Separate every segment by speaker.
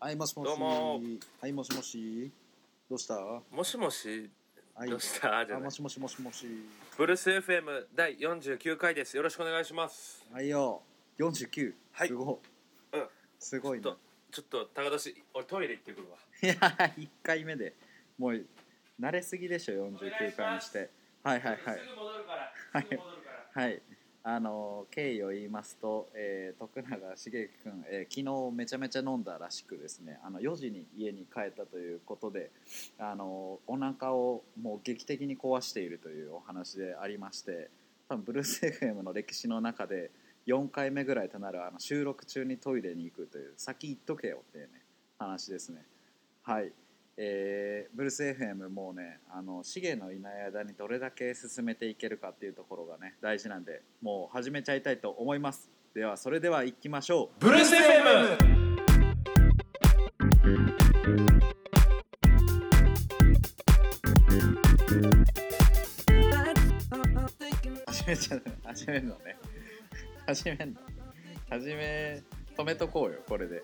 Speaker 1: はい、もしもし。
Speaker 2: どうも
Speaker 1: はい、もしもし。どうしたは
Speaker 2: もしもし、
Speaker 1: い
Speaker 2: どう。したじゃ
Speaker 1: あ、
Speaker 2: な
Speaker 1: も
Speaker 2: い
Speaker 1: しもしもしもし。
Speaker 2: ブルース FM 第49回です。よろしくお願いします。
Speaker 1: はいよ。49。
Speaker 2: はい
Speaker 1: すごい。
Speaker 2: うん
Speaker 1: すごい
Speaker 2: ちょ
Speaker 1: な
Speaker 2: っ。ちょっと高田氏、俺トイレ行ってくるわ。
Speaker 1: いや、1回目で。もう、慣れすぎでしょ、49回にして。はいはいはい。
Speaker 2: ぐ戻るから。
Speaker 1: はい
Speaker 2: すぐ戻るから。
Speaker 1: はい。あの経緯を言いますと、えー徳永茂樹君、えー昨日めちゃめちゃ飲んだらしくですねあの4時に家に帰ったということで、あのお腹をもう劇的に壊しているというお話でありまして多分ブルース FM の歴史の中で4回目ぐらいとなるあの収録中にトイレに行くという先行っとけよっていう、ね、話ですね。はいえーブルース FM もうねあのシゲのいない間にどれだけ進めていけるかっていうところがね大事なんでもう始めちゃいたいと思いますではそれでは行きましょう
Speaker 2: ブルース FM!
Speaker 1: 始めちゃう始めるのね始めるの始め止めとこうよこれで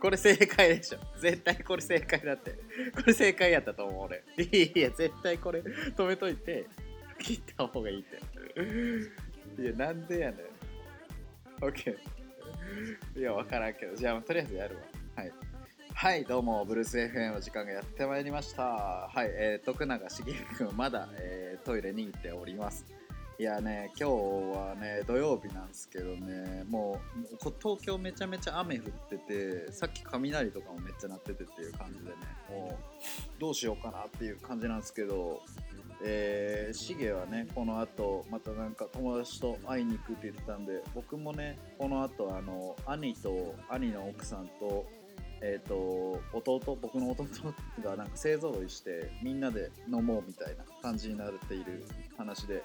Speaker 1: これ正解でしょ絶対これ正解だってこれ正解やったと思う俺いやいや絶対これ止めといて切った方がいいっていやなんでやねん OK いや分からんけどじゃあとりあえずやるわはいはいどうもブルース FM の時間がやってまいりましたはい、えー、徳永茂樹君まだ、えートイレに行っておりますいやね今日はね土曜日なんですけどねもうこ東京めちゃめちゃ雨降っててさっき雷とかもめっちゃ鳴っててっていう感じでねもうどうしようかなっていう感じなんですけどえーシゲはねこの後またなんか友達と会いに行くって言ってたんで僕もねこの後あの兄と兄の奥さんとえー、と弟僕の弟がなんか勢ぞろいしてみんなで飲もうみたいな感じになっている話で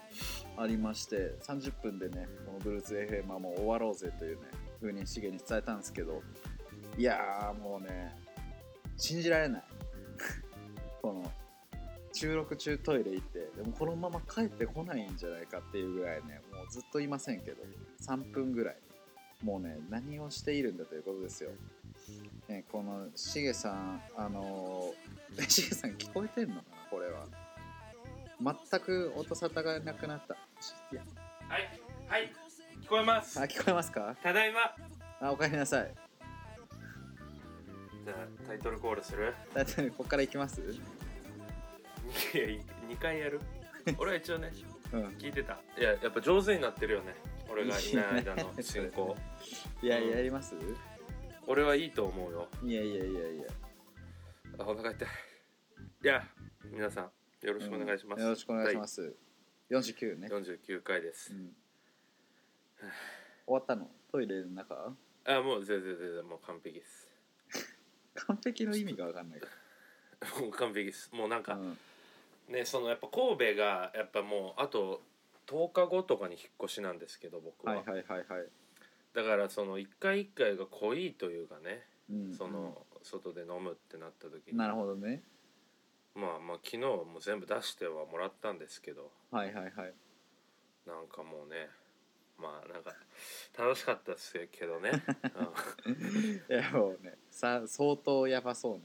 Speaker 1: ありまして30分でねこのブルース FM はもう終わろうぜというね風にしげに伝えたんですけどいやーもうね信じられない この収録中トイレ行ってでもこのまま帰ってこないんじゃないかっていうぐらいねもうずっといませんけど3分ぐらいもうね何をしているんだということですよね、このしげさんあのー しげさん聞こえてんのかなこれは全く音沙汰がなくなったしいや
Speaker 2: はい、はい、聞こえます。
Speaker 1: あ聞こえますか
Speaker 2: ただいま。
Speaker 1: あおかえりなさい
Speaker 2: じゃあタイトルコールする
Speaker 1: だってこっから行きます
Speaker 2: いや、2回やる俺は一応ね、
Speaker 1: うん
Speaker 2: 聞いてた。いや、やっぱ上手になってるよね。俺がいない間の進行。
Speaker 1: いや
Speaker 2: うん
Speaker 1: やります、
Speaker 2: 俺はいいと思うよ。
Speaker 1: いやいやいやいや
Speaker 2: あお腹痛い。いや、皆さん、よろしくお願いします。
Speaker 1: うんよろしくお願いします49ね、
Speaker 2: 第49回です
Speaker 1: う。ん、終わったのトイレの中
Speaker 2: あ、もう全然全然もう完璧です。
Speaker 1: 完璧の意味が分かんないか
Speaker 2: もう完璧です。もうなん
Speaker 1: ら、
Speaker 2: か、
Speaker 1: うん、
Speaker 2: ね、そのやっぱ神戸がやっぱもうあと10日後とかに引っ越しなんですけど、僕は。
Speaker 1: はいはいはいはい、
Speaker 2: だからその一回一回が濃いというかね、
Speaker 1: うん、
Speaker 2: その外で飲むってなった時
Speaker 1: う
Speaker 2: に、
Speaker 1: んなる
Speaker 2: ま
Speaker 1: ほどね
Speaker 2: あまあ昨日はもう全部出してはもらったんですけど、
Speaker 1: はいはいはい
Speaker 2: なんかもうね、まあなんか楽しかったですけど ね。うん
Speaker 1: いやもうねさ相当やばそうな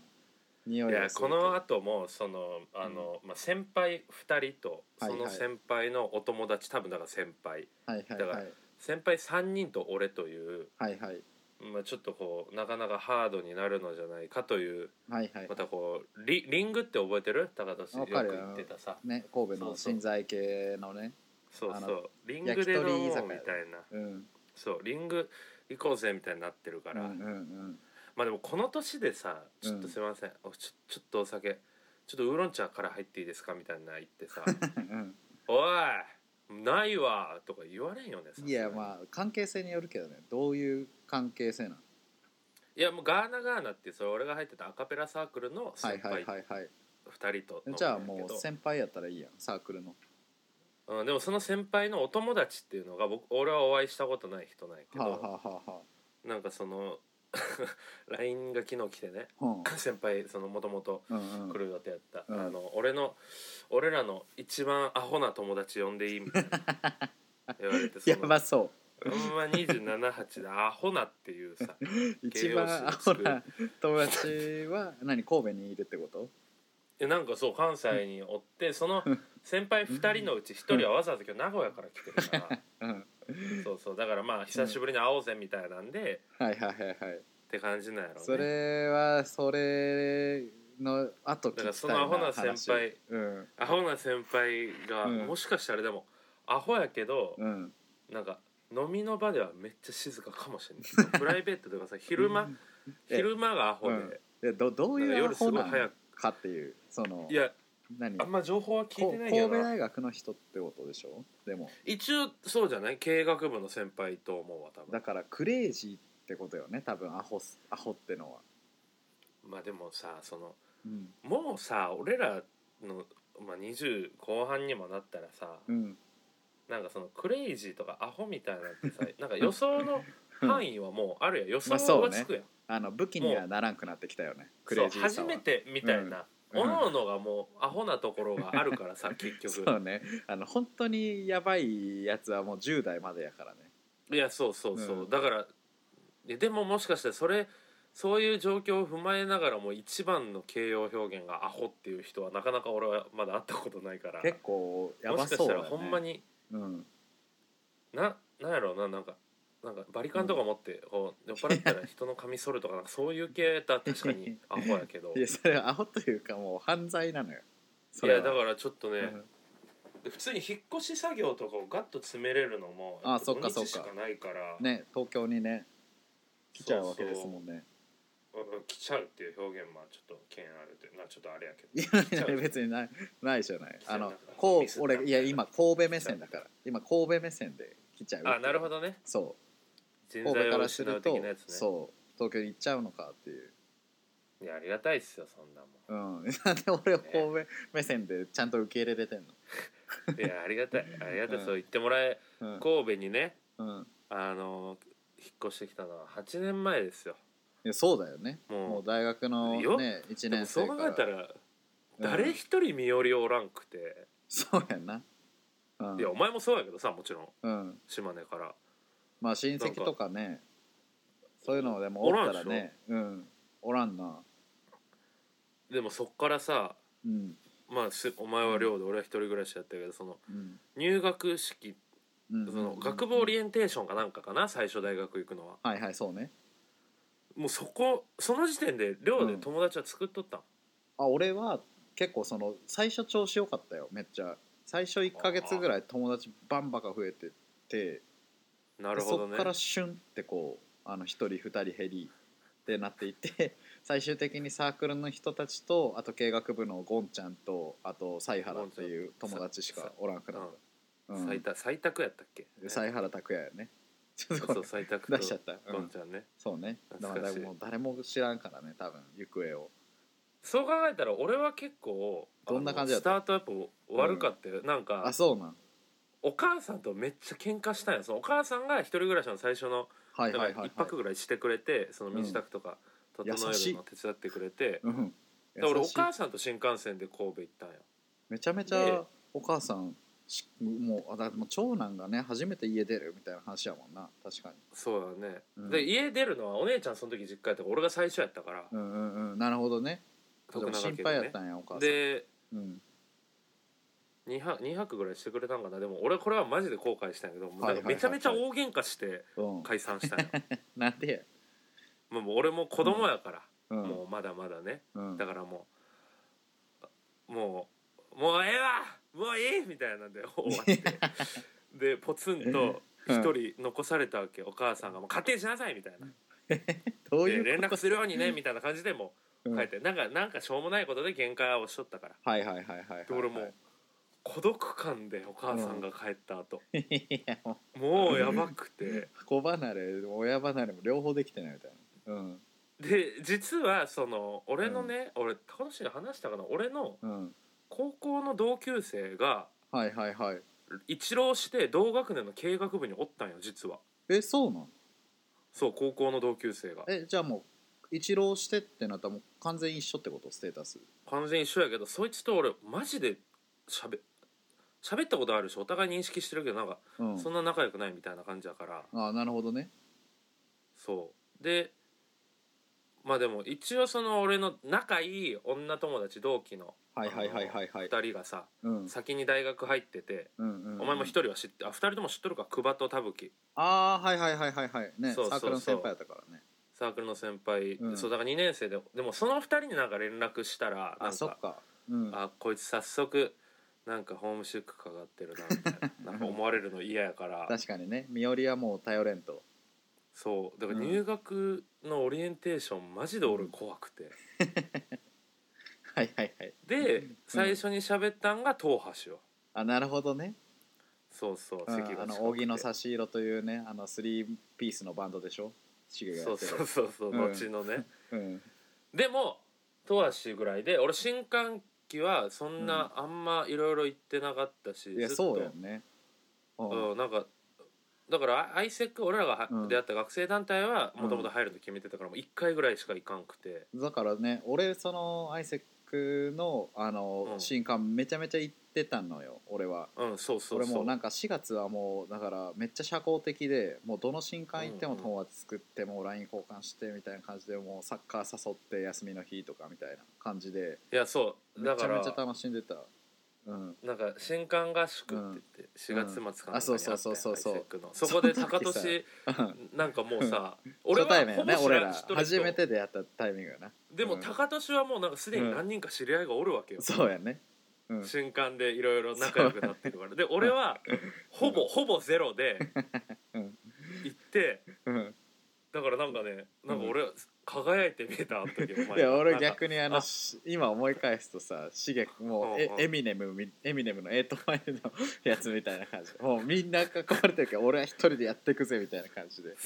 Speaker 1: 匂い
Speaker 2: い
Speaker 1: が
Speaker 2: や
Speaker 1: する
Speaker 2: この後もそのあの、まあ、先輩2人と
Speaker 1: はい
Speaker 2: そ
Speaker 1: はい
Speaker 2: の先輩のお友達、多分だから先輩
Speaker 1: はいはい
Speaker 2: だ
Speaker 1: は
Speaker 2: か
Speaker 1: い
Speaker 2: 先輩3人と俺という、
Speaker 1: はいはい
Speaker 2: まあ、ちょっとこうなかなかハードになるのじゃないかという
Speaker 1: はいはい
Speaker 2: またこうリリングって覚えてる高田氏よ
Speaker 1: わ
Speaker 2: く
Speaker 1: か
Speaker 2: 言
Speaker 1: るよ
Speaker 2: ってたさ
Speaker 1: ね神戸
Speaker 2: そ
Speaker 1: の
Speaker 2: うそう
Speaker 1: 新材系のね
Speaker 2: そう
Speaker 1: あ
Speaker 2: そう
Speaker 1: の
Speaker 2: リングで飲もう
Speaker 1: 焼き鳥居
Speaker 2: み
Speaker 1: 酒
Speaker 2: た
Speaker 1: 屋
Speaker 2: いな
Speaker 1: うん
Speaker 2: そうリング行こうぜみたいになってるか
Speaker 1: うんう
Speaker 2: ら、
Speaker 1: んうん
Speaker 2: まあでもこの年でさちょっとすいません、おちょちょっとお酒ちょっとウーロン茶から入っていいですかみたいな言っ てさ
Speaker 1: うん
Speaker 2: おいないわとか言われんよね
Speaker 1: いやま
Speaker 2: あ
Speaker 1: あ関係性によるけどねどういう関係性なの
Speaker 2: いやもうガーナガーナってそれ俺が入ってたアカペラサークルの
Speaker 1: は
Speaker 2: 先
Speaker 1: いはい
Speaker 2: 輩
Speaker 1: はいはい
Speaker 2: 二人と飲んだんやけど、
Speaker 1: じゃあもう先輩やったらいいやんサークルの
Speaker 2: うん、でもその先輩のお友達っていうのが僕俺はお会いしたことない人なんやけど、
Speaker 1: はあはあはあは
Speaker 2: なんかその LINE が昨日来てね
Speaker 1: あうん
Speaker 2: 先輩そのもともと
Speaker 1: うんう
Speaker 2: 来
Speaker 1: ん
Speaker 2: る予定やった、
Speaker 1: うん
Speaker 2: あの俺の 俺らの一番アホな友達呼んでいいみたいな言われてそ
Speaker 1: や
Speaker 2: の
Speaker 1: ばそ
Speaker 2: ほんま278でアホなっていうさ
Speaker 1: 一番アホな友達は何神戸にいるってこと
Speaker 2: えなんかそう関西におってその先輩2人のうち1人はわざわざ今日名古屋から来てる から
Speaker 1: うん
Speaker 2: そうそうだからまあ久しぶりに会おうぜみたいなんで、
Speaker 1: はいはいはいはい
Speaker 2: って感じなんやろうね
Speaker 1: それはそれの後聞きたいな
Speaker 2: だからそのアホな先輩
Speaker 1: 話うん
Speaker 2: アホな先輩が、
Speaker 1: うん
Speaker 2: もしかしたらでもアホやけど、
Speaker 1: うん
Speaker 2: なんか飲みの場ではめっちゃ静かかもしれな いプライベートとかさ昼間
Speaker 1: え
Speaker 2: 昼間がアホで、
Speaker 1: うんでどどうい
Speaker 2: な
Speaker 1: う
Speaker 2: んか
Speaker 1: ア
Speaker 2: 夜す
Speaker 1: ホ
Speaker 2: ごい
Speaker 1: な
Speaker 2: 早
Speaker 1: の
Speaker 2: く
Speaker 1: かっていうその
Speaker 2: いや
Speaker 1: 何
Speaker 2: あんま情報は聞い
Speaker 1: こ
Speaker 2: てない
Speaker 1: 神
Speaker 2: け
Speaker 1: 戸
Speaker 2: どな
Speaker 1: 大学の人ってことでしょでも
Speaker 2: 一応そうじゃない経営学部の先輩と思うわ多
Speaker 1: だ
Speaker 2: 分
Speaker 1: からクレイジーってことよね多分アホすアホってのは、
Speaker 2: まあでもさその
Speaker 1: うん
Speaker 2: もうさ俺らの、まあ、20後半にもなったらさ、
Speaker 1: うん、
Speaker 2: なんかそのクレイジーとかアホみたいなってさなんか予想の範囲はもうあるやん予 想
Speaker 1: まあそう
Speaker 2: は
Speaker 1: ね
Speaker 2: つくやん、
Speaker 1: あの武器にはならんくなってきたよねク
Speaker 2: そ
Speaker 1: レ
Speaker 2: う
Speaker 1: イジーさ
Speaker 2: 初
Speaker 1: は
Speaker 2: めてみたい
Speaker 1: う
Speaker 2: な、
Speaker 1: ん
Speaker 2: おのおのがもうアホなところがあ るからさ結局
Speaker 1: そうねあの本当にやばいやつはもう10代までやからね
Speaker 2: いやそうそうそう、
Speaker 1: うん
Speaker 2: だからえでももしかしたらそれそういう状況を踏まえながらも一番の形容表現がアホっていう人はなかなか俺はまだ会ったことないから
Speaker 1: 結構や
Speaker 2: も
Speaker 1: ば
Speaker 2: しか
Speaker 1: そ
Speaker 2: し
Speaker 1: う
Speaker 2: た
Speaker 1: だ、
Speaker 2: ら
Speaker 1: ね、
Speaker 2: ほんまに
Speaker 1: うん
Speaker 2: ななんやろうななんかなんかバリカンとか持って、こう酔っ払ったら人の髪剃るとかなんかそういう系だったら確かにアホやけど
Speaker 1: い
Speaker 2: い
Speaker 1: やそれはアホというかもう犯罪なのよそれ
Speaker 2: や
Speaker 1: は
Speaker 2: だからちょっとね、
Speaker 1: うん
Speaker 2: で普通に引っ越し作業とかをガッと詰めれるのも
Speaker 1: あ
Speaker 2: やっぱ
Speaker 1: そっか
Speaker 2: 土日
Speaker 1: そっか
Speaker 2: しかないから、
Speaker 1: ね東京にね来ちゃうわけですもんね
Speaker 2: そうそううん来ちゃうっていう表現もちょっと嫌あるというのはちょっとあれやけど
Speaker 1: いや いや別にないないじゃないあの
Speaker 2: 来ちゃう
Speaker 1: こ
Speaker 2: ミ
Speaker 1: う
Speaker 2: スった
Speaker 1: 俺いや今神戸目線だから今神戸目線で来ちゃう
Speaker 2: あなるほどね
Speaker 1: そ
Speaker 2: 人
Speaker 1: う
Speaker 2: 材
Speaker 1: 神戸か
Speaker 2: を
Speaker 1: らす
Speaker 2: 失
Speaker 1: る
Speaker 2: う
Speaker 1: と
Speaker 2: 的なやつね
Speaker 1: そう東京に行っちゃうのかっていう
Speaker 2: いやありがたいっすよそんなも
Speaker 1: うんなんで俺を神戸目線でちゃんと受け入れれてん
Speaker 2: んいやありがたいありがたい、
Speaker 1: うん
Speaker 2: そう言ってもらえ
Speaker 1: の
Speaker 2: 神戸にね
Speaker 1: うん、うん、
Speaker 2: あの引っ越してきたのは8年前ですよ
Speaker 1: いやそうだよね
Speaker 2: もう
Speaker 1: もう大学の
Speaker 2: よ
Speaker 1: ね1
Speaker 2: でも
Speaker 1: 年
Speaker 2: そう
Speaker 1: 生か
Speaker 2: 考
Speaker 1: ら
Speaker 2: えたら誰
Speaker 1: うん
Speaker 2: 一人身寄りおらんくて、
Speaker 1: そうやんなうん
Speaker 2: いやお前もそうやけどさもちろん
Speaker 1: うん
Speaker 2: 島根から
Speaker 1: まあ親戚とかねそういうのでもお
Speaker 2: おら
Speaker 1: っ
Speaker 2: ん
Speaker 1: た
Speaker 2: でしょ
Speaker 1: らねうんおらんな
Speaker 2: でもそっからさ
Speaker 1: うん
Speaker 2: まあすお前は寮で俺は一人暮らしやったけどその
Speaker 1: うん
Speaker 2: 入学式
Speaker 1: うん
Speaker 2: その学部オリエンテーションかなんかかな最初大学行くのは
Speaker 1: はいはいそうね
Speaker 2: もうそこその時点で寮
Speaker 1: う
Speaker 2: で
Speaker 1: ん
Speaker 2: 友達は作っとったん、
Speaker 1: あ俺は結構その最初調子良かったよめっちゃ最初1か月ぐらい友達バンバカ増えてて
Speaker 2: なるほど
Speaker 1: そ
Speaker 2: ね
Speaker 1: っからシュンってこうあの1人2人減りってなっていて 最終的にサークルの人たちとあと経学部のゴンちゃんとあと犀原っていう友達しかおらんくなった、う
Speaker 2: うん、採
Speaker 1: ん、
Speaker 2: 択採択やったっけ
Speaker 1: 犀原拓也やね ちょっとこ
Speaker 2: そう
Speaker 1: れ
Speaker 2: 採択と
Speaker 1: 出しちゃった、う
Speaker 2: ゴン
Speaker 1: ん、
Speaker 2: ちゃんね
Speaker 1: そうねだか
Speaker 2: 懐
Speaker 1: ら
Speaker 2: かしい
Speaker 1: でも誰も知らんからね多分行方を
Speaker 2: そう考えたら俺は結構
Speaker 1: どんな感じ
Speaker 2: あ
Speaker 1: だ
Speaker 2: の
Speaker 1: っ
Speaker 2: スタートアップ悪かったよ、なんか
Speaker 1: あそうなん
Speaker 2: お母さんとめっちゃ喧嘩したんやそのお母さんが一人暮らしの最初の
Speaker 1: は
Speaker 2: ないんか
Speaker 1: はいはい、はい
Speaker 2: 一、泊ぐらいしてくれてその身支度とか整える
Speaker 1: 優しい
Speaker 2: の手伝ってくれて、
Speaker 1: うん
Speaker 2: で俺
Speaker 1: 優
Speaker 2: お
Speaker 1: しい
Speaker 2: 母さんと新幹線で神戸行ったんよ
Speaker 1: めちゃめちゃお母さんしもうあだもう長男がね初めて家出るみたいな話やもんな確かに
Speaker 2: そうだね、
Speaker 1: うん
Speaker 2: で家出るのはお姉ちゃんその時実家やったから俺が最初やったから、
Speaker 1: うんうんうんなるほどね
Speaker 2: 徳永
Speaker 1: 心
Speaker 2: 家
Speaker 1: 配
Speaker 2: で
Speaker 1: や
Speaker 2: ね
Speaker 1: ったんやお母さん
Speaker 2: で
Speaker 1: うん、
Speaker 2: 2泊 ,2 泊ぐらいしてくれたんかなでも俺これはマジで後悔したんやけど、もうなんかめちゃめちゃ
Speaker 1: はいは
Speaker 2: 大喧嘩して
Speaker 1: うん、
Speaker 2: 解散 したんよ
Speaker 1: なんでや、
Speaker 2: まあもう俺も子供やから、
Speaker 1: うん
Speaker 2: もうまだまだね
Speaker 1: うん、
Speaker 2: だからもうもうもうええわもういいみたいなんで終わって でポツンと一人残されたわけ、お母さんが「もう家庭しなさい」みたいな
Speaker 1: ど
Speaker 2: 「
Speaker 1: う
Speaker 2: で
Speaker 1: い
Speaker 2: 連
Speaker 1: うこ
Speaker 2: 絡
Speaker 1: と
Speaker 2: するようにね」みたいな感じでも
Speaker 1: うん
Speaker 2: う
Speaker 1: は
Speaker 2: 帰っ
Speaker 1: い
Speaker 2: て、なんかなんかしょうもないことで限界をしとったから
Speaker 1: はいはいはいはい
Speaker 2: で俺もう孤独感でお母さんが帰った後、
Speaker 1: いやもう
Speaker 2: もうやばくて
Speaker 1: 子離れ親離れも両方できてないみたいなうん
Speaker 2: で実はその俺のね、俺高野氏に話したかな俺の
Speaker 1: うん
Speaker 2: 高校の同級生が
Speaker 1: はいはいはい
Speaker 2: 一浪して同学年の経営学部におったんよ実は
Speaker 1: えそうなん
Speaker 2: そう高校の同級生が
Speaker 1: えじゃあもう一浪してってなったらもう完全一緒ってことステータス
Speaker 2: 完全一緒やけどそいつと俺マジでしゃべ喋ったことあるしお互い認識してるけどなんか
Speaker 1: うん
Speaker 2: そんな仲良くないみたいな感じだから
Speaker 1: ああなるほどね
Speaker 2: そうでまあでも一応その俺の仲いい女友達同期の
Speaker 1: はいはいはいはいはい
Speaker 2: 2人がさ
Speaker 1: うん
Speaker 2: 先に大学入ってて
Speaker 1: うんうん
Speaker 2: お前も1人は知ってあ2人とも知っとるか久保と田吹
Speaker 1: ああはいはいはいはいはいね
Speaker 2: そうそうそう
Speaker 1: サークルの先輩やったからね
Speaker 2: サークルの先輩、
Speaker 1: うん
Speaker 2: そうだから2年生ででもその2人になんか連絡したらな
Speaker 1: あ
Speaker 2: ん
Speaker 1: そ
Speaker 2: か
Speaker 1: っかうん
Speaker 2: あこいつ早速なんかホームシックかかってるなみたいななんか思われるの嫌やから
Speaker 1: 確かにね身寄りはもう頼れんと
Speaker 2: そうだから
Speaker 1: うん
Speaker 2: 入学のオリエンテーションマジで俺怖くて、
Speaker 1: はいはいはい
Speaker 2: で
Speaker 1: うん
Speaker 2: 最初に喋ったんが東橋よ
Speaker 1: あなるほどね
Speaker 2: そうそう
Speaker 1: うん
Speaker 2: 席が
Speaker 1: あ
Speaker 2: 近く
Speaker 1: の
Speaker 2: て
Speaker 1: 扇の差し色というねあのスリーピースのバンドでしょシゲが
Speaker 2: そ
Speaker 1: や
Speaker 2: う
Speaker 1: ってる
Speaker 2: そうそうそう、
Speaker 1: うん
Speaker 2: 後のね
Speaker 1: うん
Speaker 2: でも東橋ぐらいで俺新歓期はそんなあんまいろいろ行ってなかったし、
Speaker 1: いや
Speaker 2: ずっと
Speaker 1: そうやんねうん
Speaker 2: うん、なんかだからアイセック俺らが
Speaker 1: うん
Speaker 2: 出会った学生団体はもともと入るの決めてたからもう1回ぐらいしか行かんくて
Speaker 1: だからね俺そのアイセックのあ
Speaker 2: う
Speaker 1: の
Speaker 2: ん
Speaker 1: 新刊めちゃめちゃ行ってたのよ俺は
Speaker 2: うんそうそう
Speaker 1: 俺
Speaker 2: そ
Speaker 1: も
Speaker 2: う
Speaker 1: うなんか4月はもうだからめっちゃ社交的でもうどの新刊行っても
Speaker 2: うんうん
Speaker 1: 友達作ってもう LINE 交換してみたいな感じでもうサッカー誘って休みの日とかみたいな感じで
Speaker 2: いやそう
Speaker 1: め
Speaker 2: だ
Speaker 1: ち
Speaker 2: か
Speaker 1: ゃめ
Speaker 2: ら
Speaker 1: ちゃ楽しんでたうん
Speaker 2: なんか新刊合宿って言って4
Speaker 1: ん
Speaker 2: 月末かなんかに
Speaker 1: あそうそう
Speaker 2: ったよ
Speaker 1: そうそうそう
Speaker 2: アイセックのそこで高
Speaker 1: その時
Speaker 2: 俊なんかもうさ 俺
Speaker 1: 初
Speaker 2: は
Speaker 1: 対面やね
Speaker 2: ほぼ知
Speaker 1: 俺
Speaker 2: らん
Speaker 1: ら
Speaker 2: 知っとる人
Speaker 1: 初めて出会ったタイミングやな
Speaker 2: でも
Speaker 1: うん
Speaker 2: 高俊はもうなんかすでに何人か知り合いがおるわけよ
Speaker 1: そうやねうん
Speaker 2: 新刊でいろいろ仲良くなって るからで俺はほぼほぼゼロで
Speaker 1: うん
Speaker 2: 行って
Speaker 1: うん
Speaker 2: だからなんかねなんか俺輝いて見えたあの時お前
Speaker 1: いや俺
Speaker 2: なんか
Speaker 1: 逆にあの
Speaker 2: あ
Speaker 1: し今思い返すとさシゲもうえ
Speaker 2: うんうん
Speaker 1: エミネムみエミネムの8前のやつみたいな感じもうみんな囲まれてるけど俺は一人でやってくぜみたいな感じでもう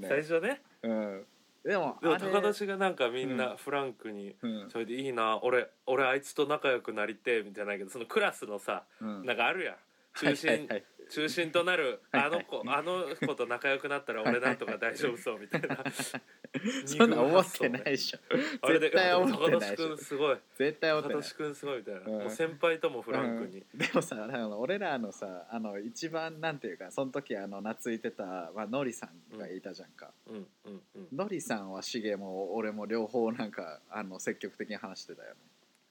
Speaker 2: 最
Speaker 1: ね
Speaker 2: 初ね
Speaker 1: うんでも
Speaker 2: でも
Speaker 1: あれ
Speaker 2: 高田がなんかみん
Speaker 1: う
Speaker 2: なフランクに
Speaker 1: うん
Speaker 2: 「それでいいな俺俺あいつと仲良くなりてえ」みたいなんやけどそのクラスのさ
Speaker 1: うん
Speaker 2: なんかあるやん中
Speaker 1: はいはい
Speaker 2: 心
Speaker 1: はい
Speaker 2: 中心となる
Speaker 1: はいは
Speaker 2: あ
Speaker 1: い
Speaker 2: の子あの子と仲良くなったら俺なんとか大丈夫そうみたいな
Speaker 1: そんな思ってないでしょ
Speaker 2: あれで
Speaker 1: 絶対思って
Speaker 2: 高
Speaker 1: ないで
Speaker 2: 田
Speaker 1: しょ
Speaker 2: 君すごい
Speaker 1: 絶対思って
Speaker 2: 高
Speaker 1: ない
Speaker 2: 田君すごいみたいな
Speaker 1: うん
Speaker 2: もう先輩ともフランクに
Speaker 1: でもさあの俺らのさあの一番なんていうかその時あの懐いてた、まあ、ノリさんがいたじゃんか、
Speaker 2: うんうんうん
Speaker 1: のりさんはしげも俺も両方なんかあの積極的に話してたよね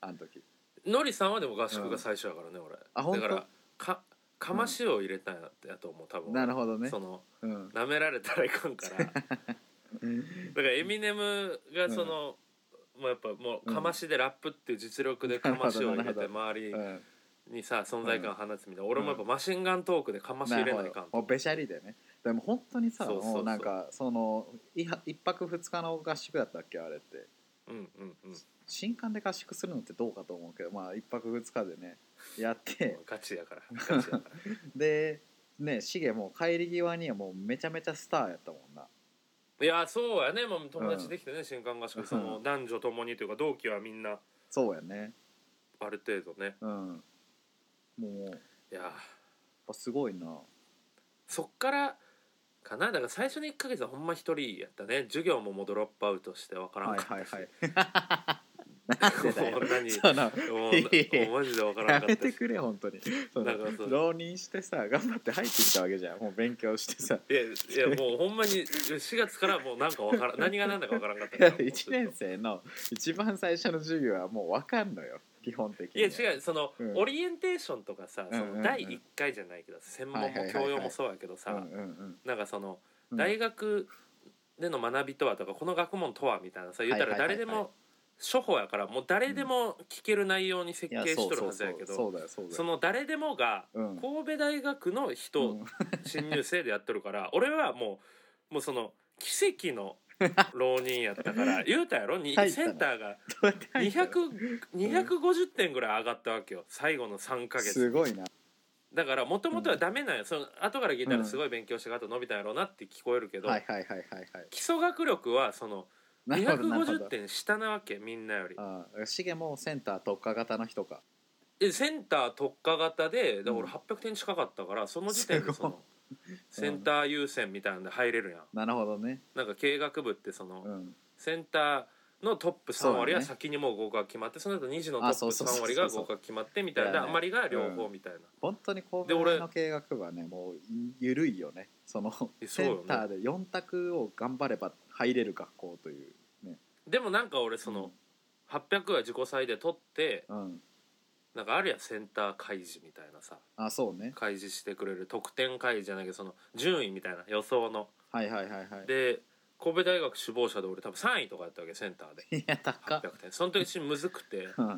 Speaker 1: あの時
Speaker 2: のりさんはでも合宿が最初やからね、俺
Speaker 1: あ本当
Speaker 2: だからかかましを入れたんややと思う多分
Speaker 1: なるほどね
Speaker 2: その
Speaker 1: うん
Speaker 2: 舐められたらいかんか らだからエミネムがその、まあやっぱもうかましでラップっていう実力でかましを入
Speaker 1: な
Speaker 2: れて
Speaker 1: るほ
Speaker 2: 周り
Speaker 1: うん
Speaker 2: にさ存在感を放つみたいな、俺もやっぱ
Speaker 1: う
Speaker 2: マシンガントークでかまし
Speaker 1: な
Speaker 2: 入
Speaker 1: る
Speaker 2: れ
Speaker 1: ほ
Speaker 2: ないか
Speaker 1: ど
Speaker 2: んと
Speaker 1: もうべしゃりでねでも本当にさ
Speaker 2: そうそうそう
Speaker 1: もうなんかそのいは一泊二日の合宿だったっけあれって
Speaker 2: うんうんうん
Speaker 1: 新刊で合宿するのってどうかと思うけどまあ一泊二日で ねやって
Speaker 2: ガチやからガチやから
Speaker 1: でねしげもう帰り際にはもうめちゃめちゃスターやったもんない
Speaker 2: やそうやね、まあ、友達できてね、新刊合宿その
Speaker 1: うん
Speaker 2: 男女ともにというか同期はみんな
Speaker 1: そうやね
Speaker 2: ある程度ね
Speaker 1: うんもうやっ
Speaker 2: いやー
Speaker 1: ぱすごいな
Speaker 2: そっからかなだから最初の1ヶ月はほんま一人やったね授業ももうドロップアウトしてわからん
Speaker 1: はい
Speaker 2: か
Speaker 1: は
Speaker 2: っ
Speaker 1: い
Speaker 2: たし、
Speaker 1: はい。 なんでだよ
Speaker 2: もう 何。
Speaker 1: その
Speaker 2: も
Speaker 1: いやいや
Speaker 2: うもうマジでわから
Speaker 1: や
Speaker 2: んか
Speaker 1: め
Speaker 2: った
Speaker 1: て
Speaker 2: し
Speaker 1: くれ本当に。その
Speaker 2: なんかそう
Speaker 1: 浪人してさ頑張って入ってきたわけじゃん。もう勉強してさ。
Speaker 2: いやいやもうほんまに4月からもうなんかわからん何が何だかわからんかったからも う
Speaker 1: 一年生の一番最初の授業はもうわかんのよ基本的
Speaker 2: い
Speaker 1: に。
Speaker 2: や違うその、
Speaker 1: うん
Speaker 2: オリエンテーションとかさそ
Speaker 1: うんうんう
Speaker 2: の
Speaker 1: ん
Speaker 2: 第1回じゃないけど専門
Speaker 1: はいはい
Speaker 2: も
Speaker 1: はいはい
Speaker 2: 教養もそうやけど
Speaker 1: う
Speaker 2: さ、
Speaker 1: んうん
Speaker 2: なんかその
Speaker 1: うん。
Speaker 2: 大学での学びとはとかこの学問とはみたいなさ言ったら
Speaker 1: はいはいは
Speaker 2: 誰
Speaker 1: いはい
Speaker 2: でも初歩やからもう誰でも聞ける内容に設
Speaker 1: いや
Speaker 2: 計し
Speaker 1: そう
Speaker 2: とる
Speaker 1: そ
Speaker 2: は
Speaker 1: う
Speaker 2: ず
Speaker 1: そう
Speaker 2: やけど
Speaker 1: そうだよそうだ
Speaker 2: そ
Speaker 1: よ。
Speaker 2: の誰でもが
Speaker 1: うん
Speaker 2: 神戸大学の
Speaker 1: う
Speaker 2: 人
Speaker 1: ん
Speaker 2: 新入生でやっとるから 俺はもうもうその奇跡の浪人やっ たから言うたやろに
Speaker 1: 入ったな
Speaker 2: センターが
Speaker 1: どうやって入ったの
Speaker 2: 200 250点ぐらい上がったわけよ最後の3ヶ月
Speaker 1: すごいな。
Speaker 2: だからもともとはダメなんよその後から聞いたらすごい勉強してあと伸びたんやろうなって聞こえるけど、
Speaker 1: はいはいはいはいはい。
Speaker 2: 基礎学力はその
Speaker 1: なるほどなるほ
Speaker 2: 250
Speaker 1: ど。
Speaker 2: 点下なわけみんなより
Speaker 1: ああ、しげもセンター特化型の人か。
Speaker 2: でセンター特化型でだから
Speaker 1: うん
Speaker 2: 俺800点近かったからその時点ですそ
Speaker 1: ごい
Speaker 2: のセンター優先みたいなんで入れるやん
Speaker 1: なるほどね。
Speaker 2: なんか経営学部ってその
Speaker 1: うん
Speaker 2: センターのトップ3割は
Speaker 1: そうだね
Speaker 2: 先にもう合格決まってその後2時のト
Speaker 1: あ
Speaker 2: ッ
Speaker 1: そう
Speaker 2: プ
Speaker 1: そうそう
Speaker 2: 3割が合格決まってみたい
Speaker 1: だ
Speaker 2: な
Speaker 1: よね
Speaker 2: 余りが両方みたいな、
Speaker 1: 本当に神
Speaker 2: で
Speaker 1: 戸
Speaker 2: 俺
Speaker 1: の経営学部はねもう緩いよねその
Speaker 2: えそ
Speaker 1: セ
Speaker 2: うよね
Speaker 1: ンターで4択を頑張れば入れる学校というね
Speaker 2: でもなんか俺その800は自己採で取って
Speaker 1: うん
Speaker 2: なんかあるやんセンター開示みたいなさ
Speaker 1: あそうね
Speaker 2: 開示してくれる得点開示じゃないけどその順位みたいな予想の
Speaker 1: はいはいはいはい
Speaker 2: で神戸大学志望者で俺多分3位とかやったわけセンターで
Speaker 1: いや高っ
Speaker 2: 800点その時むずくて
Speaker 1: うんはい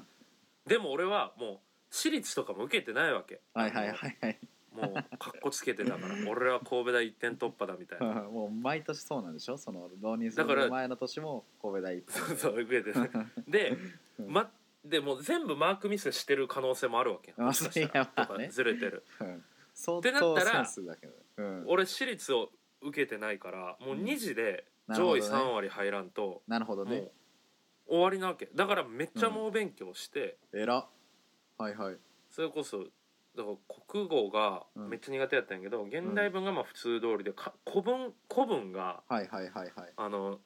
Speaker 2: でも俺はもう私立とかも受けてないわけ
Speaker 1: はいはいはい
Speaker 2: もうかっこつけてたから俺は神戸大一点突破だみたい
Speaker 1: うん
Speaker 2: な
Speaker 1: もう毎年そうなんでしょその浪人す
Speaker 2: だから
Speaker 1: る前の年も神戸大一
Speaker 2: そうそう受けて ないで、
Speaker 1: うん
Speaker 2: ま、でも全部マークミスしてる可能性もあるわけ
Speaker 1: あ
Speaker 2: もしかしたら
Speaker 1: いやまあ
Speaker 2: とか
Speaker 1: ね
Speaker 2: ずれてる
Speaker 1: うん相
Speaker 2: てなった
Speaker 1: 当
Speaker 2: ら
Speaker 1: センスだけど、うん、
Speaker 2: 俺私立を受けてないからもう2時で
Speaker 1: なるほど
Speaker 2: 上
Speaker 1: ね
Speaker 2: 位3割入らんと、
Speaker 1: なるほど
Speaker 2: も
Speaker 1: ね
Speaker 2: う終わりなわけだからめっちゃ猛勉強して、
Speaker 1: えらはいはい
Speaker 2: それこそだから国語がめっちゃ苦手やったんやけど、現代文がまあ普通通りでか古文古文が
Speaker 1: はいはいはいはい
Speaker 2: あの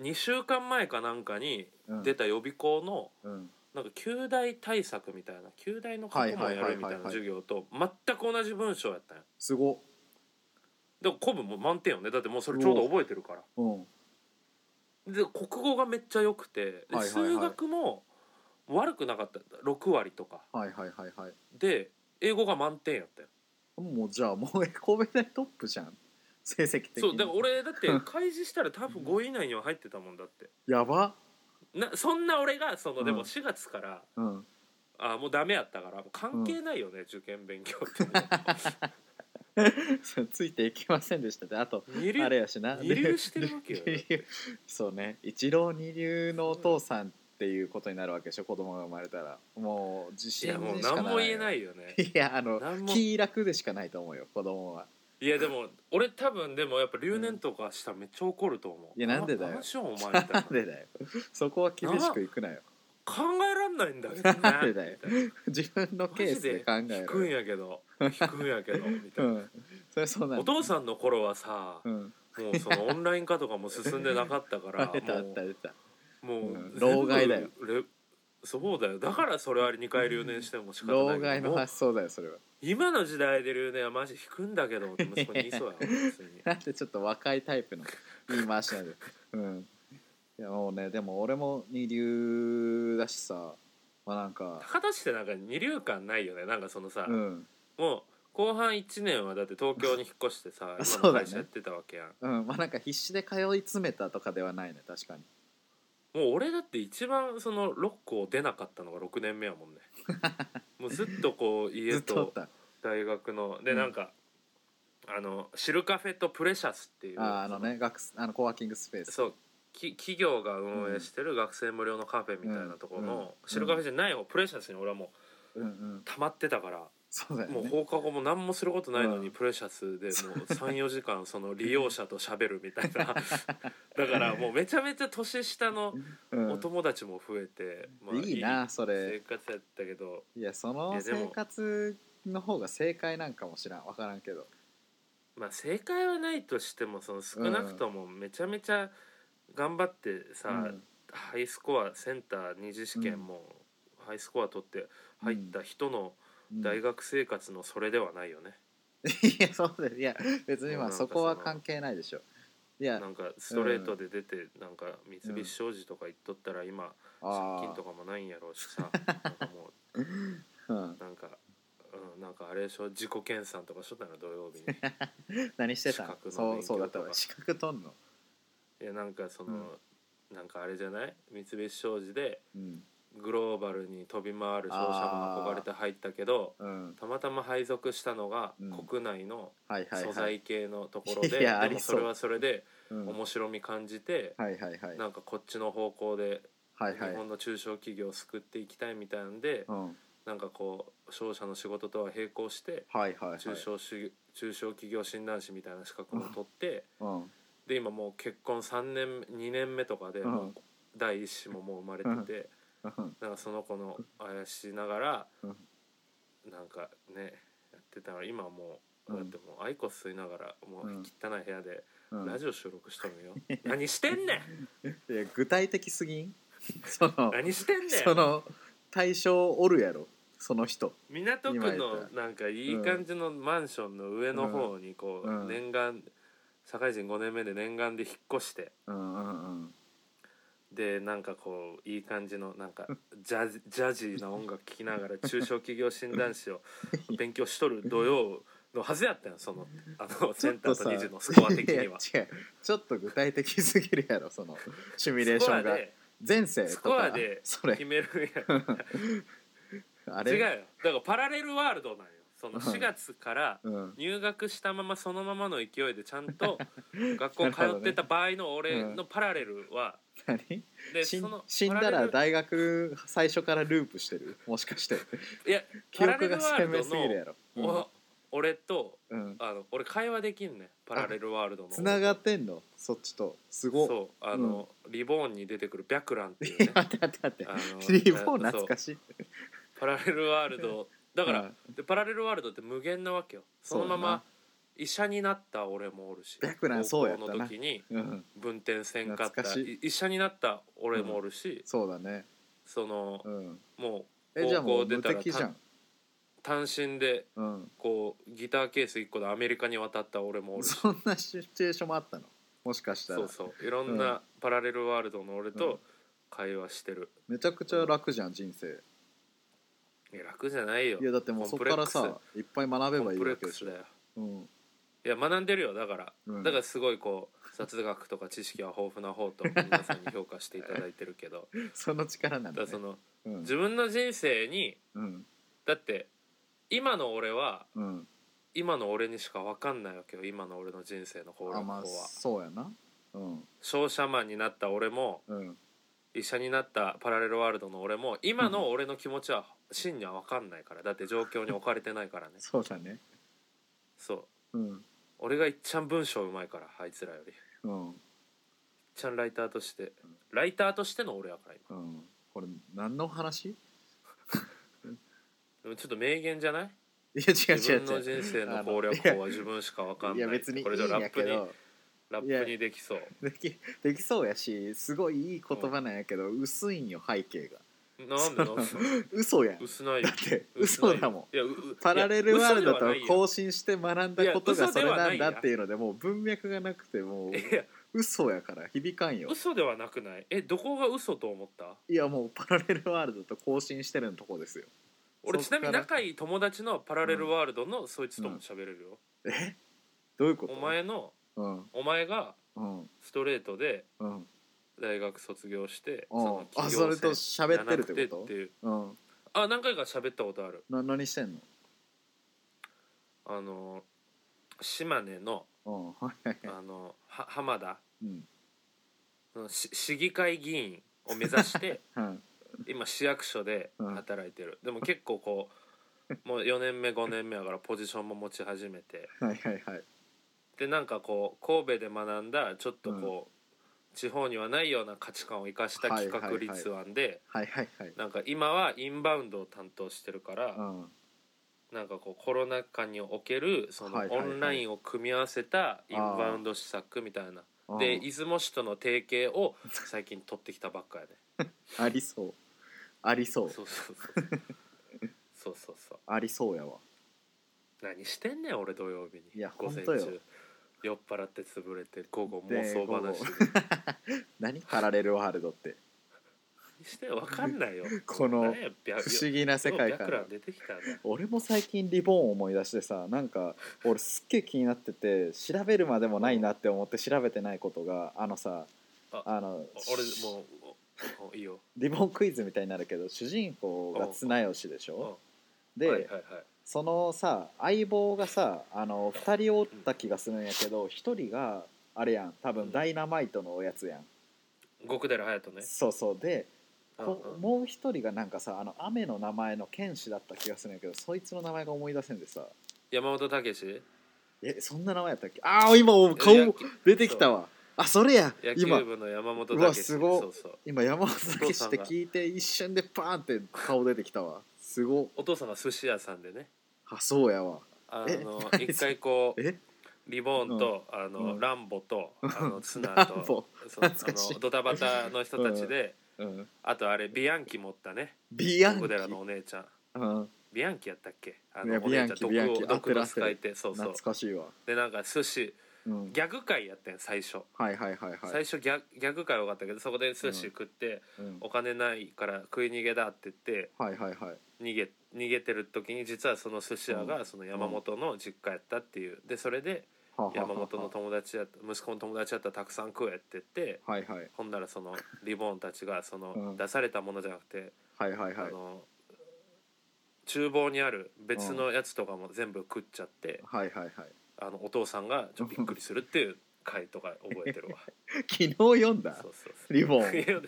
Speaker 2: 2週間前かなんかに
Speaker 1: うん
Speaker 2: 出た予備校の
Speaker 1: うん
Speaker 2: なんか旧大対策みたいな旧大の過去問やるみたいな授業と全く同じ文章やったんや
Speaker 1: すごっ
Speaker 2: でも古文も満点よねだってもうそれちょうど覚えてるから
Speaker 1: うん
Speaker 2: で国語がめっちゃ良くて、で
Speaker 1: はいはいはい
Speaker 2: 数学も悪くなかった6割とか
Speaker 1: はいはいはいはい
Speaker 2: で英語が満点やったよ
Speaker 1: もうじゃあもうえ 神戸大トップじゃん成績的に
Speaker 2: そうだから俺だって 開示したら多分5位以内には入ってたもんだって
Speaker 1: やば
Speaker 2: なそんな俺がそので
Speaker 1: うん
Speaker 2: も4月から、
Speaker 1: うん
Speaker 2: あもうダメやったからもう関係ないよね、受験勉強ってね
Speaker 1: そうついていきませんでしたであと
Speaker 2: 二流
Speaker 1: あれやしな
Speaker 2: 二流してるわ けよ
Speaker 1: 二流そうね一郎二流のお父さんっていうことになるわけでしょ子供が生まれたらもう自
Speaker 2: い
Speaker 1: 信
Speaker 2: やもう
Speaker 1: にしか
Speaker 2: 何も言え
Speaker 1: い
Speaker 2: ないよね
Speaker 1: いやあの
Speaker 2: 何も
Speaker 1: 気楽でしかないと思うよ子供はい
Speaker 2: やでも俺多分でもやっぱ留年とかしたらめっちゃ怒ると思う、
Speaker 1: いやなんでだよ
Speaker 2: 何しようお前みた い
Speaker 1: な
Speaker 2: なん
Speaker 1: でだよそこは厳しくいくなよ
Speaker 2: 考えらんないんだけどね
Speaker 1: なんでだよ
Speaker 2: みたいな
Speaker 1: 自分のケースで考え
Speaker 2: 低いん
Speaker 1: ろ
Speaker 2: やけど低いんやけどみた
Speaker 1: う
Speaker 2: いな、
Speaker 1: んそれそうなん
Speaker 2: お父さんの頃はさ、
Speaker 1: うん
Speaker 2: もうそのオンライン化とかも進んでなかった か
Speaker 1: あ
Speaker 2: ら
Speaker 1: ったあっ
Speaker 2: もう
Speaker 1: たあった
Speaker 2: もう、
Speaker 1: うん老害だよ
Speaker 2: 全部レそうだよだからそれあれ2回留年しても仕方ない
Speaker 1: 老害の
Speaker 2: もう
Speaker 1: 発想だよそれは
Speaker 2: 今の時代で留年はマジ引くんだけどって息子に言 いそうやわ普通に
Speaker 1: なんでちょっと若いタイプの言い回しなんでうんいやもうねでも俺も二流だしさまあなんか
Speaker 2: 高田市ってなんか二流感ないよねなんかそのさ、
Speaker 1: うん
Speaker 2: もう後半1年はだって東京に引っ越して さ
Speaker 1: そ
Speaker 2: 今
Speaker 1: う
Speaker 2: の
Speaker 1: だね
Speaker 2: 会社やってたわけやん
Speaker 1: うんまあなんか必死で通い詰めたとかではないね確かに
Speaker 2: もう俺だって一番その6校出なかったのが6年目やもん ねもうずっとこう
Speaker 1: ず
Speaker 2: 家
Speaker 1: っとおっ
Speaker 2: と
Speaker 1: た
Speaker 2: 大学の
Speaker 1: う
Speaker 2: で
Speaker 1: ん
Speaker 2: なんか、あのシルカフェとプレシャスっていう
Speaker 1: あーあのね学あのコワーキングスペース
Speaker 2: そうき企業が運営してる学生無料のカフェみたいなところ
Speaker 1: うんうん
Speaker 2: のシルカフェじゃない方プレシャスに俺はもう
Speaker 1: うんうん
Speaker 2: 溜まってたから
Speaker 1: そうだよ
Speaker 2: もう
Speaker 1: ね
Speaker 2: 放課後も何もすることないの
Speaker 1: うん
Speaker 2: にプレシャス でもう34時間その利用者と喋るみたい なだからもうめちゃめちゃ年下の
Speaker 1: うん
Speaker 2: お友達も増えてまあ
Speaker 1: いいなそ
Speaker 2: 生
Speaker 1: れ
Speaker 2: 活やったけど
Speaker 1: いやそ
Speaker 2: い
Speaker 1: の
Speaker 2: やで
Speaker 1: 生
Speaker 2: も
Speaker 1: 活の方が正解なんかもしらん分からんけど
Speaker 2: まあ正解はないとしてもその少なくともめちゃめちゃ頑張ってさ、
Speaker 1: うん
Speaker 2: ハイスコアセンター二次試験もハイスコア取って入った人の
Speaker 1: うん
Speaker 2: 大学生活のそれではないよね、
Speaker 1: いやそうですいや別にま
Speaker 2: もうなん
Speaker 1: あそ
Speaker 2: か
Speaker 1: こは
Speaker 2: その
Speaker 1: 関係ないでしょいや
Speaker 2: なんかストレートで出てなんか三菱商事とか行っとったら今借
Speaker 1: あ
Speaker 2: 金とかもないんやろうしさなんかも
Speaker 1: あ、うん
Speaker 2: う、なんか、うん、なんかあれでしょ自己研鑽とかしとったの土曜日 に
Speaker 1: 何してた
Speaker 2: 資
Speaker 1: の
Speaker 2: 格の
Speaker 1: そう
Speaker 2: 勉
Speaker 1: そうだ
Speaker 2: 強
Speaker 1: った
Speaker 2: と
Speaker 1: わ
Speaker 2: か
Speaker 1: 資格取んの、
Speaker 2: いやなんかその、なんかあれじゃない三菱商事で
Speaker 1: うん
Speaker 2: グローバルに飛び回る商社も憧れて入ったけど
Speaker 1: うん、
Speaker 2: たまたま配属したのが
Speaker 1: うん
Speaker 2: 国内の
Speaker 1: はいはい
Speaker 2: 素
Speaker 1: はい、
Speaker 2: 材系のところで、
Speaker 1: いやあ
Speaker 2: で
Speaker 1: り
Speaker 2: も
Speaker 1: そう
Speaker 2: それはそれで
Speaker 1: うん、はい
Speaker 2: 面白み感じて、
Speaker 1: はいはい
Speaker 2: なんかこっちの方向で
Speaker 1: はい
Speaker 2: 日
Speaker 1: はい
Speaker 2: 本の中小企業を救っていきたいみたいなんで、
Speaker 1: うん
Speaker 2: なんかこう商社の仕事とは並行して
Speaker 1: はいはいはい
Speaker 2: 中小し、中小企業診断士みたいな資格も取って、
Speaker 1: うん
Speaker 2: で今もう結婚3年2年目とかで、
Speaker 1: うん
Speaker 2: 第一子ももう生まれてて。
Speaker 1: うん
Speaker 2: なんかその子の怪しながら、
Speaker 1: うん
Speaker 2: なんかねやってたら今はもう、
Speaker 1: うん
Speaker 2: だってもうアイコス吸いながらもう
Speaker 1: うん
Speaker 2: 汚い部屋で
Speaker 1: うん
Speaker 2: ラジオ収録しとるんよ、何してんねん
Speaker 1: いや具体的すぎん その
Speaker 2: 何してんね
Speaker 1: そ
Speaker 2: ん
Speaker 1: の対象おるやろその人
Speaker 2: 港区のなんかいい感じのマンションの上の方にこう、
Speaker 1: うん
Speaker 2: 念願社会人5年目で念願で引っ越して
Speaker 1: うんうんうん。
Speaker 2: でなんかこういい感じのなんかジャズジャジーな音楽聴きながら中小企業診断士を勉強しとる土曜のはずやったんそのあのセンターと2時のスコア的には い
Speaker 1: や違うちょっと具体的すぎるやろそのシミュレーション
Speaker 2: スコア
Speaker 1: が
Speaker 2: で
Speaker 1: 前世と
Speaker 2: スコア
Speaker 1: か
Speaker 2: で
Speaker 1: それ
Speaker 2: 決めるんや
Speaker 1: あ
Speaker 2: 違
Speaker 1: れ
Speaker 2: うよだからパラレルワールドなんよそ
Speaker 1: う
Speaker 2: の
Speaker 1: ん
Speaker 2: 4月から
Speaker 1: うん
Speaker 2: 入学したままそのままの勢いでちゃ んと学校通ってた場合の俺のパラレルは、
Speaker 1: 何
Speaker 2: で
Speaker 1: 死
Speaker 2: そ
Speaker 1: ん
Speaker 2: の
Speaker 1: 死んだ
Speaker 2: パラレ
Speaker 1: ら
Speaker 2: ル
Speaker 1: 大学最初からループしてる もしかして
Speaker 2: いや
Speaker 1: 記
Speaker 2: パラレ
Speaker 1: 憶
Speaker 2: ル
Speaker 1: が
Speaker 2: ワー
Speaker 1: 鮮
Speaker 2: ル
Speaker 1: 明すぎる
Speaker 2: ド
Speaker 1: やろ
Speaker 2: の、お俺と
Speaker 1: うんうん
Speaker 2: あの俺会話できんねんパラレルワールドの
Speaker 1: つながってんのそっちとすごっ
Speaker 2: そうあの、リボーンに出てくる白蘭っていう ね
Speaker 1: 待って待って
Speaker 2: あ
Speaker 1: 待って
Speaker 2: の
Speaker 1: リボン懐か
Speaker 2: そう
Speaker 1: しい
Speaker 2: パラレルワールドだから、
Speaker 1: うん
Speaker 2: でパラレルワールドって無限なわけよそ
Speaker 1: そ
Speaker 2: のま
Speaker 1: うだな
Speaker 2: ま医者になった俺もおるし
Speaker 1: 白蘭そうやったな
Speaker 2: 高校の時に
Speaker 1: うん
Speaker 2: 分店せんかっ
Speaker 1: 懐
Speaker 2: た
Speaker 1: かしい
Speaker 2: い医者になった俺もおるし、
Speaker 1: そうだね
Speaker 2: その、
Speaker 1: うん
Speaker 2: もう
Speaker 1: えじゃあも
Speaker 2: 高校
Speaker 1: う
Speaker 2: 出
Speaker 1: 無
Speaker 2: たら
Speaker 1: 敵じゃん
Speaker 2: 単身で
Speaker 1: うん
Speaker 2: こうギターケース1個でアメリカに渡った俺もおるし
Speaker 1: そんなシチュエーションもあったのもしかしたら
Speaker 2: そうそういろんなパラレルワールドの俺
Speaker 1: う
Speaker 2: と
Speaker 1: ん
Speaker 2: 会話してる、
Speaker 1: めちゃくちゃ楽じゃん人生
Speaker 2: いや楽じゃないよ
Speaker 1: いやだってもうそ
Speaker 2: コン
Speaker 1: こ
Speaker 2: プレ
Speaker 1: か
Speaker 2: ッ
Speaker 1: ら
Speaker 2: クス
Speaker 1: さいっぱい学べ
Speaker 2: コ
Speaker 1: ばい
Speaker 2: ン
Speaker 1: い
Speaker 2: プレ
Speaker 1: わ
Speaker 2: ッ
Speaker 1: け
Speaker 2: ク
Speaker 1: でし
Speaker 2: ス
Speaker 1: ょ
Speaker 2: だよ
Speaker 1: うん
Speaker 2: いや学んでるよだから、
Speaker 1: うん
Speaker 2: だからすごいこう雑学とか知識は豊富な方と皆さんに評価していただいてるけ ど
Speaker 1: その力な
Speaker 2: だ
Speaker 1: んだ
Speaker 2: から
Speaker 1: ね
Speaker 2: その
Speaker 1: うん
Speaker 2: 自分の人生に
Speaker 1: うん
Speaker 2: だって今の俺は
Speaker 1: うん
Speaker 2: 今の俺にしか分かんないわけよ今の俺の人生の方
Speaker 1: あ
Speaker 2: 法
Speaker 1: ま
Speaker 2: は
Speaker 1: あそうやなうん
Speaker 2: 商社マンになった俺も
Speaker 1: うん
Speaker 2: 医者になったパラレルワールドの俺も今の俺の気持ちは真には分かんないからだって状況に置かれてな いからね
Speaker 1: そうだね
Speaker 2: そう
Speaker 1: うん
Speaker 2: 俺がいっちゃん文章うまいからあいつらよりいっ
Speaker 1: うん
Speaker 2: ちゃんライターとしてライターとしての俺やから今
Speaker 1: うんこれ何の話い
Speaker 2: でもちょっと名言じゃない
Speaker 1: や違う
Speaker 2: 自
Speaker 1: 違う
Speaker 2: 分の
Speaker 1: 違う
Speaker 2: 人生の攻略法は自分しかわかんない
Speaker 1: いや別にいい
Speaker 2: これじゃラ
Speaker 1: んや
Speaker 2: ップ
Speaker 1: け
Speaker 2: に
Speaker 1: ど
Speaker 2: ラ
Speaker 1: いや
Speaker 2: ップにできそう
Speaker 1: できできそうやしすごいいい言葉なんやけど薄いんよ背景が
Speaker 2: なんでなんで
Speaker 1: 嘘やん
Speaker 2: 薄ない
Speaker 1: だ
Speaker 2: よ
Speaker 1: って
Speaker 2: 薄な
Speaker 1: 嘘
Speaker 2: いよ
Speaker 1: だもん
Speaker 2: いやう
Speaker 1: パラレルワールドと
Speaker 2: いや
Speaker 1: 更新して学んだことがそれなんだっていうのでもう文脈がなくてもう
Speaker 2: 嘘ではないやいや
Speaker 1: 嘘やから響かんよ
Speaker 2: 嘘ではなくないえどこが嘘と思った
Speaker 1: いやもうパラレルワールドと更新してるのとこですよ
Speaker 2: 俺
Speaker 1: そっ
Speaker 2: ち
Speaker 1: か
Speaker 2: な
Speaker 1: ら
Speaker 2: みに仲いい友達のパラレルワールドのそいつとも喋れるよ、
Speaker 1: えどういうこと
Speaker 2: お前の
Speaker 1: うん
Speaker 2: お前が
Speaker 1: うん
Speaker 2: ストレートで
Speaker 1: うん
Speaker 2: 大学卒業して
Speaker 1: うん
Speaker 2: の
Speaker 1: あ
Speaker 2: 起業
Speaker 1: それと
Speaker 2: せ
Speaker 1: 喋ってるっ
Speaker 2: じゃ
Speaker 1: て
Speaker 2: なく
Speaker 1: こ
Speaker 2: っていう
Speaker 1: とうん
Speaker 2: あ何回か喋ったことある
Speaker 1: な何してんの
Speaker 2: あの島根の
Speaker 1: うんはいはいはい
Speaker 2: あのは浜田
Speaker 1: うん
Speaker 2: のし市議会議員を目指して
Speaker 1: うん
Speaker 2: 今市役所で働いてる、でも結構こうもう4年目5年目やからポジションも持ち始めて
Speaker 1: はいはいはい
Speaker 2: でなんかこう神戸で学んだちょっとこう、地方にはないような価値観を生かした企
Speaker 1: はいは
Speaker 2: 画
Speaker 1: いはい
Speaker 2: 立案で、
Speaker 1: はいはいはい
Speaker 2: なんか今はインバウンドを担当してるから、
Speaker 1: うん
Speaker 2: なんかこうコロナ禍におけるその
Speaker 1: はいはい
Speaker 2: オ
Speaker 1: はい
Speaker 2: ンラインを組み合わせたインバウンド施策みたいな、
Speaker 1: うん
Speaker 2: で出雲市との提携を最近取ってきたばっかやね
Speaker 1: ありそうありそう
Speaker 2: そうそうそうそうそうそう
Speaker 1: ありそうやわ
Speaker 2: 何してんねん俺土曜日に
Speaker 1: いや
Speaker 2: 午前
Speaker 1: ほんと
Speaker 2: 中
Speaker 1: よ
Speaker 2: 酔っ払って潰れて午後妄
Speaker 1: で
Speaker 2: 想
Speaker 1: 午
Speaker 2: 話
Speaker 1: 後 何パラレルワールドって
Speaker 2: 何してんわかんないよ
Speaker 1: この
Speaker 2: 何やびゃ
Speaker 1: 不思議な世界
Speaker 2: よう白
Speaker 1: 観
Speaker 2: 蘭出てきたね
Speaker 1: 俺も最近リボンを思い出してさなんか俺すっげえ気になってて調べるまでもないなって思って調べてないことがあのさ
Speaker 2: あ
Speaker 1: あの
Speaker 2: お俺もうおおいいよ
Speaker 1: リボンクイズみたいになるけど主人公が綱吉でし
Speaker 2: うん
Speaker 1: ょ
Speaker 2: はいはい
Speaker 1: で
Speaker 2: はい
Speaker 1: そのさ相棒がさあの2人おった気がするんやけど1人があれやん多分ダイナマイトのおやつやん、
Speaker 2: 極寺隼人ね
Speaker 1: そうそうでこ
Speaker 2: うんうん
Speaker 1: もう1人がなんかさあの雨の名前の剣士だった気がするんやけどそいつの名前が思い出せんでさ
Speaker 2: 山本武
Speaker 1: えそんな名前やったっけああ今顔
Speaker 2: 野球
Speaker 1: 出てきたわあそれや
Speaker 2: 野球
Speaker 1: 今
Speaker 2: 部の山本武
Speaker 1: うわすごっ
Speaker 2: そうそう
Speaker 1: 今山本武史って聞いて一瞬でパーンって顔出てきたわすご
Speaker 2: お父さんが寿司屋さんでね
Speaker 1: あそうやわ
Speaker 2: あ
Speaker 1: え
Speaker 2: の
Speaker 1: 何
Speaker 2: 一回こう
Speaker 1: え
Speaker 2: リボーンと、あの、
Speaker 1: うん
Speaker 2: ランボとあのツナ
Speaker 1: ランボ
Speaker 2: とそのあ
Speaker 1: 懐かしい
Speaker 2: のドタバタの人たちで、
Speaker 1: うん、
Speaker 2: あとあれビアンキ持ったね
Speaker 1: ビアン
Speaker 2: コ
Speaker 1: キ
Speaker 2: デラのお姉ちゃん
Speaker 1: うん、
Speaker 2: ビアンキやったっけあ
Speaker 1: いや
Speaker 2: のお姉ちゃん
Speaker 1: ビアンキビアン
Speaker 2: 毒
Speaker 1: キ
Speaker 2: を毒
Speaker 1: 合ってる合
Speaker 2: の
Speaker 1: ってる
Speaker 2: 使い手そうそう
Speaker 1: 懐かしいわ、
Speaker 2: でなんか寿司
Speaker 1: うん、
Speaker 2: ギャグ会やったやん最初、
Speaker 1: はいはいはいはい
Speaker 2: 最初ギャギャグ会多かったけどそこで寿司食って、
Speaker 1: うん
Speaker 2: お金ないから食い逃げだって言って
Speaker 1: はいはいはい
Speaker 2: 逃げ逃げてる時に実はその寿司屋がその山本の実家やったっていうでそれで
Speaker 1: はあはあはあ
Speaker 2: 山本の友達やった息子の友達やったらたくさん食えって言って
Speaker 1: はいはい
Speaker 2: ほんならそのリボーンたちがその
Speaker 1: うん
Speaker 2: 出されたものじゃなくて、
Speaker 1: はいはいは
Speaker 2: あ
Speaker 1: い
Speaker 2: の厨房にある別のやつとかも全部食っちゃって、
Speaker 1: はいはいはい
Speaker 2: あのお父さんがちょっとびっくりするっていう回とか覚えて るわ
Speaker 1: 昨日読んだ
Speaker 2: そうそうそう
Speaker 1: リボン
Speaker 2: いやねねね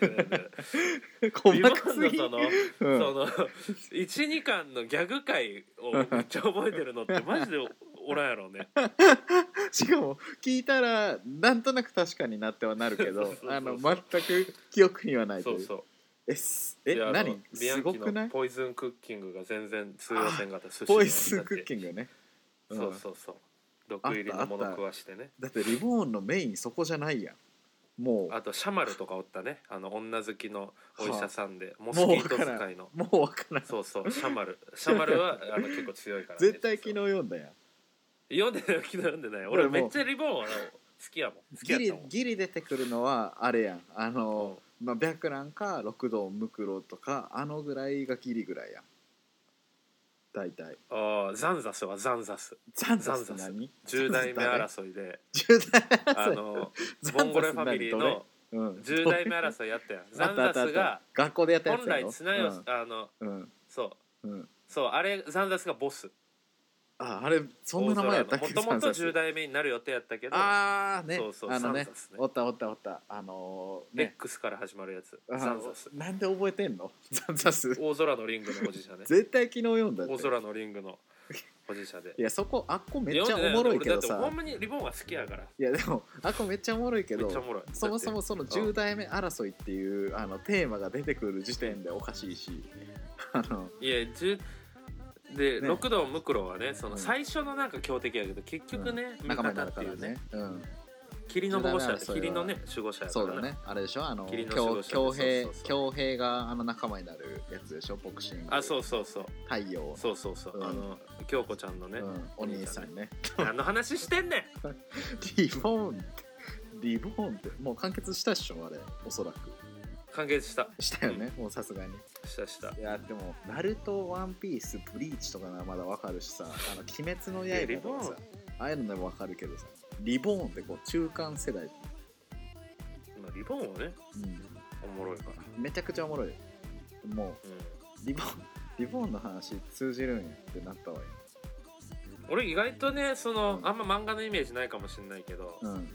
Speaker 2: リ
Speaker 1: 細
Speaker 2: ボ
Speaker 1: か
Speaker 2: ン
Speaker 1: す
Speaker 2: の
Speaker 1: ぎ
Speaker 2: その、
Speaker 1: うん
Speaker 2: その12巻のギャグ回をめっちゃ覚えてる のってマジでおらんやろうね
Speaker 1: しかも聞いたらなんとなく確かになってはなるけ
Speaker 2: そう
Speaker 1: ど
Speaker 2: そうそう
Speaker 1: あの全く記憶にはないとい
Speaker 2: そ
Speaker 1: うう
Speaker 2: そう
Speaker 1: えすえ
Speaker 2: いやあの
Speaker 1: 何
Speaker 2: ビア
Speaker 1: す
Speaker 2: ン
Speaker 1: ご
Speaker 2: キ
Speaker 1: くな
Speaker 2: の
Speaker 1: い
Speaker 2: ポイズンクッキングが全然通用せんかった寿司
Speaker 1: ポイスクッキ
Speaker 2: ン
Speaker 1: ングね、
Speaker 2: グ
Speaker 1: うん
Speaker 2: そうそうそう毒入りのもの食わしてね
Speaker 1: だってリボーンのメインそこじゃないやんも
Speaker 2: あとシャマルとかおったねあの女好きのお医者さんでモ
Speaker 1: う
Speaker 2: スキ
Speaker 1: もう分
Speaker 2: ート
Speaker 1: から
Speaker 2: 使い
Speaker 1: ん
Speaker 2: の
Speaker 1: もう分からん
Speaker 2: そうそうシャマルシャマルはあの結構強いからね
Speaker 1: 絶対昨日読んだやん
Speaker 2: 読んでないよ昨日読んでない
Speaker 1: 俺
Speaker 2: 俺
Speaker 1: も
Speaker 2: めっちゃリボンは好きやもん好き
Speaker 1: ギ
Speaker 2: やっ
Speaker 1: リ
Speaker 2: たもん
Speaker 1: ギリ出てくるのはあれやんあの、
Speaker 2: う
Speaker 1: まあ、白蘭か六道無九郎とかあのぐらいがギリぐらいやん大体
Speaker 2: あーザンザスはザンザス
Speaker 1: ザンザスって何
Speaker 2: 10代目
Speaker 1: ザンザ
Speaker 2: 争いで
Speaker 1: ス誰10代
Speaker 2: あ
Speaker 1: 目争い
Speaker 2: の
Speaker 1: ザ
Speaker 2: ボ
Speaker 1: ン
Speaker 2: ンゴ
Speaker 1: ザ
Speaker 2: レ
Speaker 1: ス
Speaker 2: ファミリー
Speaker 1: 何
Speaker 2: の
Speaker 1: どれうん
Speaker 2: 10代目争いやったやんザ ン
Speaker 1: あっ
Speaker 2: ザ
Speaker 1: たあっ
Speaker 2: ス
Speaker 1: たあっ
Speaker 2: が
Speaker 1: た学校でやったや
Speaker 2: 本
Speaker 1: つや
Speaker 2: 来
Speaker 1: ろ
Speaker 2: 綱吉あの
Speaker 1: うんうん
Speaker 2: そう
Speaker 1: うん
Speaker 2: そうあれザンザスがボス
Speaker 1: ああれそんな名前やったっけ
Speaker 2: もともと
Speaker 1: ザンザス
Speaker 2: 10代目になる予定やったけど
Speaker 1: ああね
Speaker 2: そうそう
Speaker 1: あの
Speaker 2: ザン
Speaker 1: ね
Speaker 2: ザスね
Speaker 1: おったおったおったあのー、ね
Speaker 2: X から始まるやつ
Speaker 1: あの
Speaker 2: ザンザス
Speaker 1: なんで覚えてんの ザンザス
Speaker 2: 大空のリングの保 持者ね
Speaker 1: 絶対昨日読んだって
Speaker 2: 大空のリングの保持者で
Speaker 1: いやそこあっこめっちゃおもろいけど
Speaker 2: いや俺だって
Speaker 1: さ
Speaker 2: ほんまにリボンは好きやから
Speaker 1: いやでもあっこめっちゃおもろいけ
Speaker 2: めっ
Speaker 1: ど
Speaker 2: ちゃおもろい
Speaker 1: そもそもその
Speaker 2: ん
Speaker 1: 10代目争いっていうあのテーマが出てくる時点でおかしいしあの
Speaker 2: いや10で、
Speaker 1: ね
Speaker 2: 六道無九郎はねそ
Speaker 1: う
Speaker 2: の
Speaker 1: ん
Speaker 2: 最初のなんか強敵やけど結局ね、味
Speaker 1: 仲間に
Speaker 2: 方
Speaker 1: な
Speaker 2: っ
Speaker 1: るか
Speaker 2: てい
Speaker 1: ら
Speaker 2: うね
Speaker 1: ねうん
Speaker 2: 霧の保護者
Speaker 1: 十代目争いは
Speaker 2: 霧のね守護者やか
Speaker 1: そ
Speaker 2: ら
Speaker 1: うだねあれでしょあの
Speaker 2: 霧の守
Speaker 1: 強
Speaker 2: 護者
Speaker 1: 強兵
Speaker 2: そうそうそう
Speaker 1: 強兵があの仲間になるやつでしょボクシング
Speaker 2: あそうそうそう
Speaker 1: 太陽
Speaker 2: そうそうそう、
Speaker 1: うん
Speaker 2: あの京子ちゃんのね、
Speaker 1: うん、お兄さんね
Speaker 2: 何の話してんねん
Speaker 1: リボーンってリボーンってもう完結したっしょあれおそらく
Speaker 2: 完結した
Speaker 1: したよね、もうさすがに
Speaker 2: したした
Speaker 1: いやでも「ナルトワンピースブリーチ」とかならまだわかるしさ「あの鬼滅の
Speaker 2: いやリ
Speaker 1: 刃」と
Speaker 2: ボーン
Speaker 1: かさああいうのでもわかるけどさリボーンってこう中間世代、
Speaker 2: まあリボンはね
Speaker 1: うん、
Speaker 2: おもろいから、
Speaker 1: めちゃくちゃおもろいよも
Speaker 2: う
Speaker 1: うリボーン リボーンの話通じるんやってなったわよ、
Speaker 2: ん、俺意外とねその、
Speaker 1: うん
Speaker 2: あんま漫画のイメージないかもしれないけど、
Speaker 1: うん、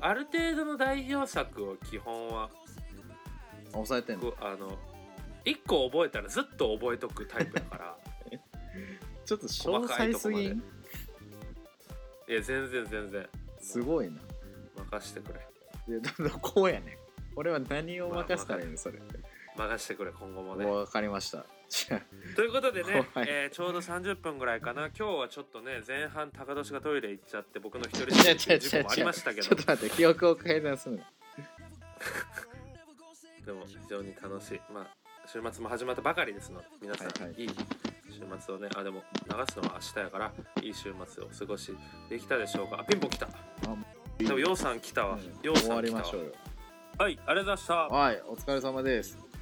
Speaker 2: ある程度の代表作を基本は
Speaker 1: 抑えてんの
Speaker 2: こうあの1個覚えたらずっと覚えとくタイプだから
Speaker 1: ちょっと詳細すぎ
Speaker 2: 細
Speaker 1: ん
Speaker 2: いや全然全然
Speaker 1: すごいな
Speaker 2: 任してくれ
Speaker 1: いやだからこうやねん俺は何を任せたらいいのそれ
Speaker 2: 任してくれ今後もね
Speaker 1: わかりましたじゃ
Speaker 2: ということでね、
Speaker 1: はい
Speaker 2: えーちょうど30分ぐらいかな今日はちょっとね前半高年がトイレ行っちゃって僕の一人
Speaker 1: あ違
Speaker 2: で
Speaker 1: う違う違う違う
Speaker 2: 事故もありましたけ
Speaker 1: ちょ
Speaker 2: ど
Speaker 1: っと待って記憶を改ざんするの
Speaker 2: でも非常に楽しいまあ週末も始まったばかりですので皆さん、
Speaker 1: はいい
Speaker 2: い
Speaker 1: はい
Speaker 2: 週末をねあでも流すのは明日やからいい週末を過ごしできたでしょうかあピンポン来たでもようさん来たわ、
Speaker 1: うん
Speaker 2: よう
Speaker 1: 終
Speaker 2: さ
Speaker 1: わ
Speaker 2: ん
Speaker 1: り
Speaker 2: 来た
Speaker 1: ま
Speaker 2: わ
Speaker 1: しょうよ
Speaker 2: はいありがとうございました
Speaker 1: はいお疲れ様です